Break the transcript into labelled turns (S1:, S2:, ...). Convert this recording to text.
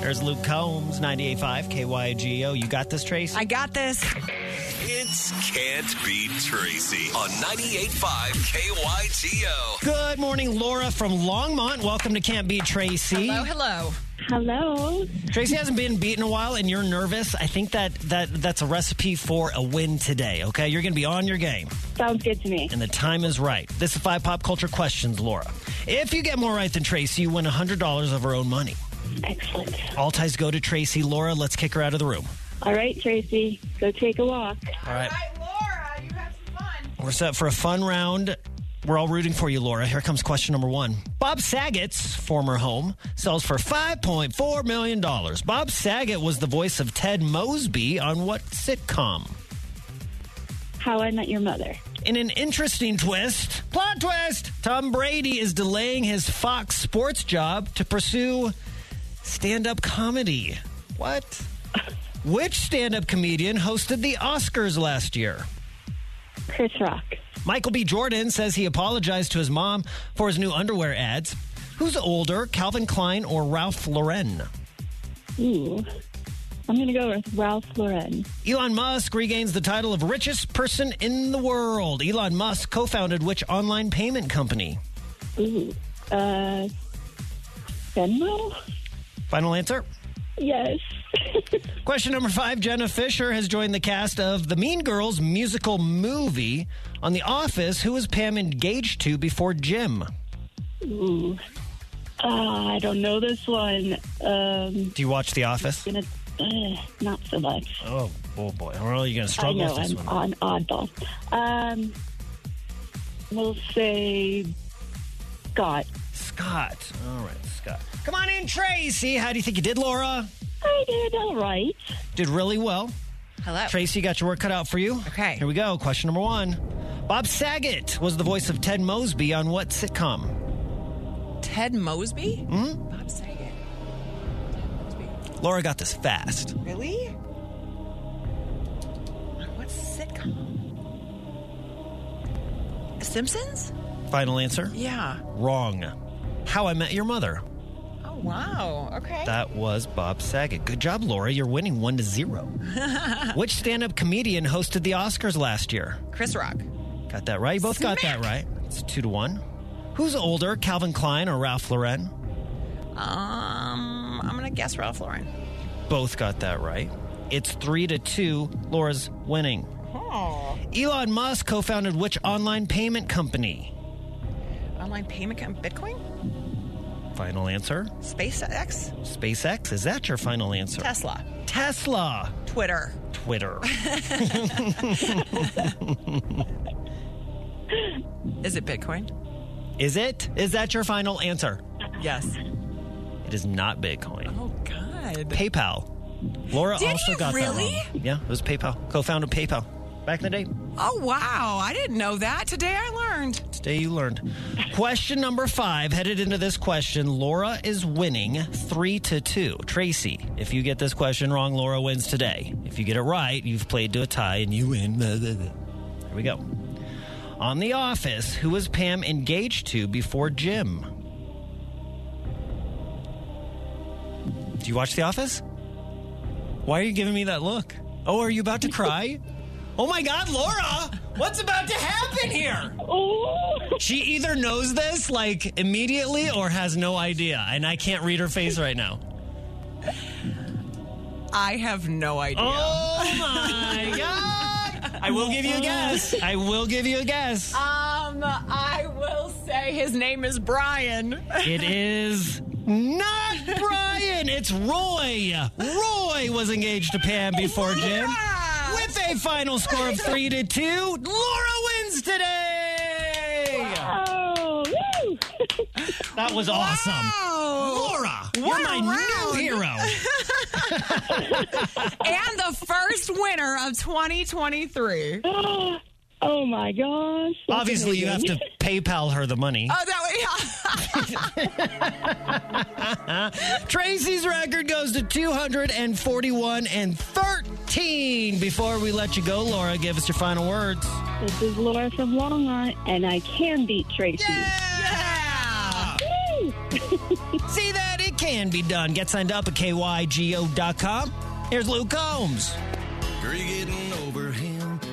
S1: There's Luke Combs, 98.5 KYGO. You got this, Trace?
S2: I got this.
S3: It's Can't Beat Tracy on 98.5 KYTO.
S1: Good morning, Laura from Longmont. Welcome to Can't Beat Tracy.
S2: Hello, hello.
S4: Hello.
S1: Tracy hasn't been beaten a while, and you're nervous. I think that, that that's a recipe for a win today. Okay, you're going to be on your game,
S4: Sounds good to me.
S1: and the time is right. This is five pop culture questions, Laura. If you get more right than Tracy, you win hundred dollars of her own money.
S4: Excellent.
S1: All ties go to Tracy. Laura, let's kick her out of the room.
S4: All right, Tracy, go take a walk.
S1: All right,
S2: Laura, you have some fun.
S1: we're set for a fun round. We're all rooting for you, Laura. Here comes question number one. Bob Saget's former home sells for $5.4 million. Bob Saget was the voice of Ted Mosby on what sitcom?
S4: How I Met Your Mother.
S1: In an interesting twist, plot twist, Tom Brady is delaying his Fox Sports job to pursue stand up comedy. What? Which stand up comedian hosted the Oscars last year?
S4: Chris Rock.
S1: Michael B. Jordan says he apologized to his mom for his new underwear ads. Who's older, Calvin Klein or Ralph Lauren?
S4: Ooh. I'm going to go with Ralph Lauren.
S1: Elon Musk regains the title of richest person in the world. Elon Musk co founded which online payment company?
S4: Ooh. Uh, Venmo?
S1: Final answer.
S4: Yes.
S1: Question number five Jenna Fisher has joined the cast of the Mean Girls musical movie. On The Office, who was Pam engaged to before Jim?
S4: Ooh. Ah, I don't know this one. Um,
S1: Do you watch The Office?
S4: gonna, uh, not so much.
S1: Oh, oh boy. I don't know. You're going to
S4: I
S1: struggle
S4: know
S1: with this
S4: I'm
S1: one.
S4: on oddball. Um, we'll say Scott.
S1: Scott. All right, Scott. Come on in, Tracy. How do you think you did, Laura?
S4: I did all right.
S1: Did really well.
S2: Hello.
S1: Tracy, you got your work cut out for you.
S2: Okay.
S1: Here we go. Question number one. Bob Saget was the voice of Ted Mosby on what sitcom?
S2: Ted Mosby? Mm-hmm. Bob Saget. Ted Mosby.
S1: Laura got this fast.
S2: Really? What's sitcom? Simpsons?
S1: Final answer?
S2: Yeah.
S1: Wrong. How I Met Your Mother.
S2: Oh, wow. Okay.
S1: That was Bob Saget. Good job, Laura. You're winning one to zero. Which stand up comedian hosted the Oscars last year?
S2: Chris Rock.
S1: Got that right. You both got that right. It's two to one. Who's older, Calvin Klein or Ralph Lauren?
S2: Um, I'm going to guess Ralph Lauren.
S1: both got that right. It's three to two. Laura's winning.
S2: Oh.
S1: Elon Musk co founded which online payment company?
S2: Online payment com- Bitcoin?
S1: Final answer
S2: SpaceX?
S1: SpaceX. Is that your final answer?
S2: Tesla?
S1: Tesla.
S2: Twitter?
S1: Twitter.
S2: Is it Bitcoin?
S1: is it? Is that your final answer?
S2: Yes.
S1: It is not Bitcoin.
S2: Oh, God.
S1: PayPal. Laura
S2: Did
S1: also
S2: he
S1: got
S2: really?
S1: that wrong. Yeah, it was PayPal. Co founded PayPal back in the day.
S2: Oh, wow. I didn't know that. Today I learned.
S1: Today you learned. Question number five, headed into this question, Laura is winning three to two. Tracy, if you get this question wrong, Laura wins today. If you get it right, you've played to a tie and you win. Blah, blah, blah. Here we go. On The Office, who was Pam engaged to before Jim? Do you watch The Office? Why are you giving me that look? Oh, are you about to cry? oh my God, Laura! What's about to happen here?
S4: Oh,
S1: She either knows this like immediately or has no idea, and I can't read her face right now.
S2: I have no idea.
S1: Oh my god! I will give you a guess. I will give you a guess.
S2: Um, I will say his name is Brian.
S1: It is not Brian. It's Roy. Roy was engaged to Pam before Jim.
S2: Yeah.
S1: With a final score of three to two, Laura wins today.
S4: oh, woo.
S1: That was awesome.
S2: Oh,
S1: Laura, you're my new hero.
S2: and the first winner of 2023. Oh,
S4: oh my gosh. That's
S1: Obviously, you have
S4: amazing.
S1: to PayPal her the money.
S2: that way.
S1: Tracy's record goes to 241 and 13. Before we let you go, Laura, give us your final words.
S4: This is Laura from Longmont, and I can beat Tracy.
S1: Yeah!
S4: Woo.
S1: See that? It can be done. Get signed up at kygo.com. Here's Luke Combs.
S3: You're getting over him.